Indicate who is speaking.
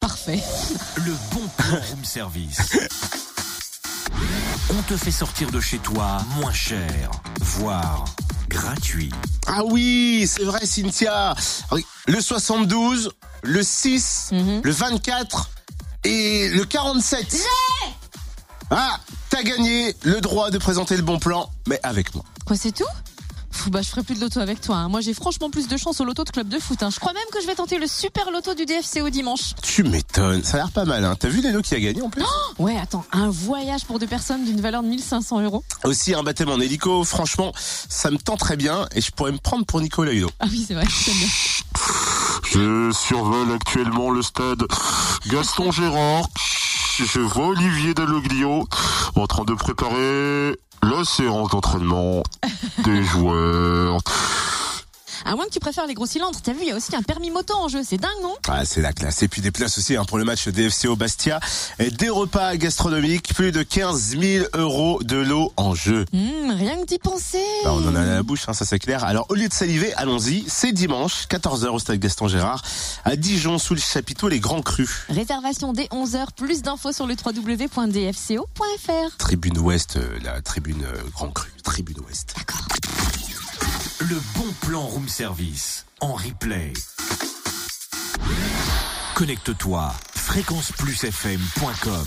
Speaker 1: parfait.
Speaker 2: Le bon plan room service. On te fait sortir de chez toi moins cher, voire gratuit.
Speaker 3: Ah oui, c'est vrai, Cynthia. Oui, Le 72, le 6, le 24 et le 47. ah, t'as gagné le droit de présenter le bon plan, mais avec moi.
Speaker 1: Quoi, c'est tout Pff, bah, je ferai plus de loto avec toi. hein. Moi, j'ai franchement plus de chance au loto de club de foot. hein. Je crois même que je vais tenter le super loto du DFCO dimanche.
Speaker 3: Tu m'étonnes, ça a l'air pas mal. Hein. T'as vu Leno qui a gagné en plus
Speaker 1: Ouais, attends, un voyage pour deux personnes d'une valeur de 1500 euros.
Speaker 3: Aussi un baptême en hélico, franchement, ça me tend très bien et je pourrais me prendre pour Nicolas Hulot.
Speaker 1: Ah oui, c'est vrai, j'aime bien.
Speaker 4: Je survole actuellement le stade Gaston Gérard. Je vois Olivier Dalloglio en train de préparer la séance d'entraînement des joueurs.
Speaker 1: À moins que tu préfères les gros cylindres, t'as vu, il y a aussi un permis moto en jeu, c'est dingue, non
Speaker 3: Ah, c'est la classe. Et puis des places aussi hein, pour le match DFCO Bastia. Et des repas gastronomiques, plus de 15 000 euros de l'eau en jeu.
Speaker 1: Hmm, Rien que d'y penser.
Speaker 3: Bah, on en a la bouche, hein, ça c'est clair. Alors au lieu de saliver, allons-y. C'est dimanche, 14h au stade Gaston Gérard, à Dijon, sous le chapiteau Les Grands Crus.
Speaker 1: Réservation dès 11h, plus d'infos sur le www.dfco.fr.
Speaker 3: Tribune Ouest, euh, la tribune euh, Grand Cru, tribune Ouest.
Speaker 2: Le bon plan room service en replay. Connecte-toi fréquenceplusfm.com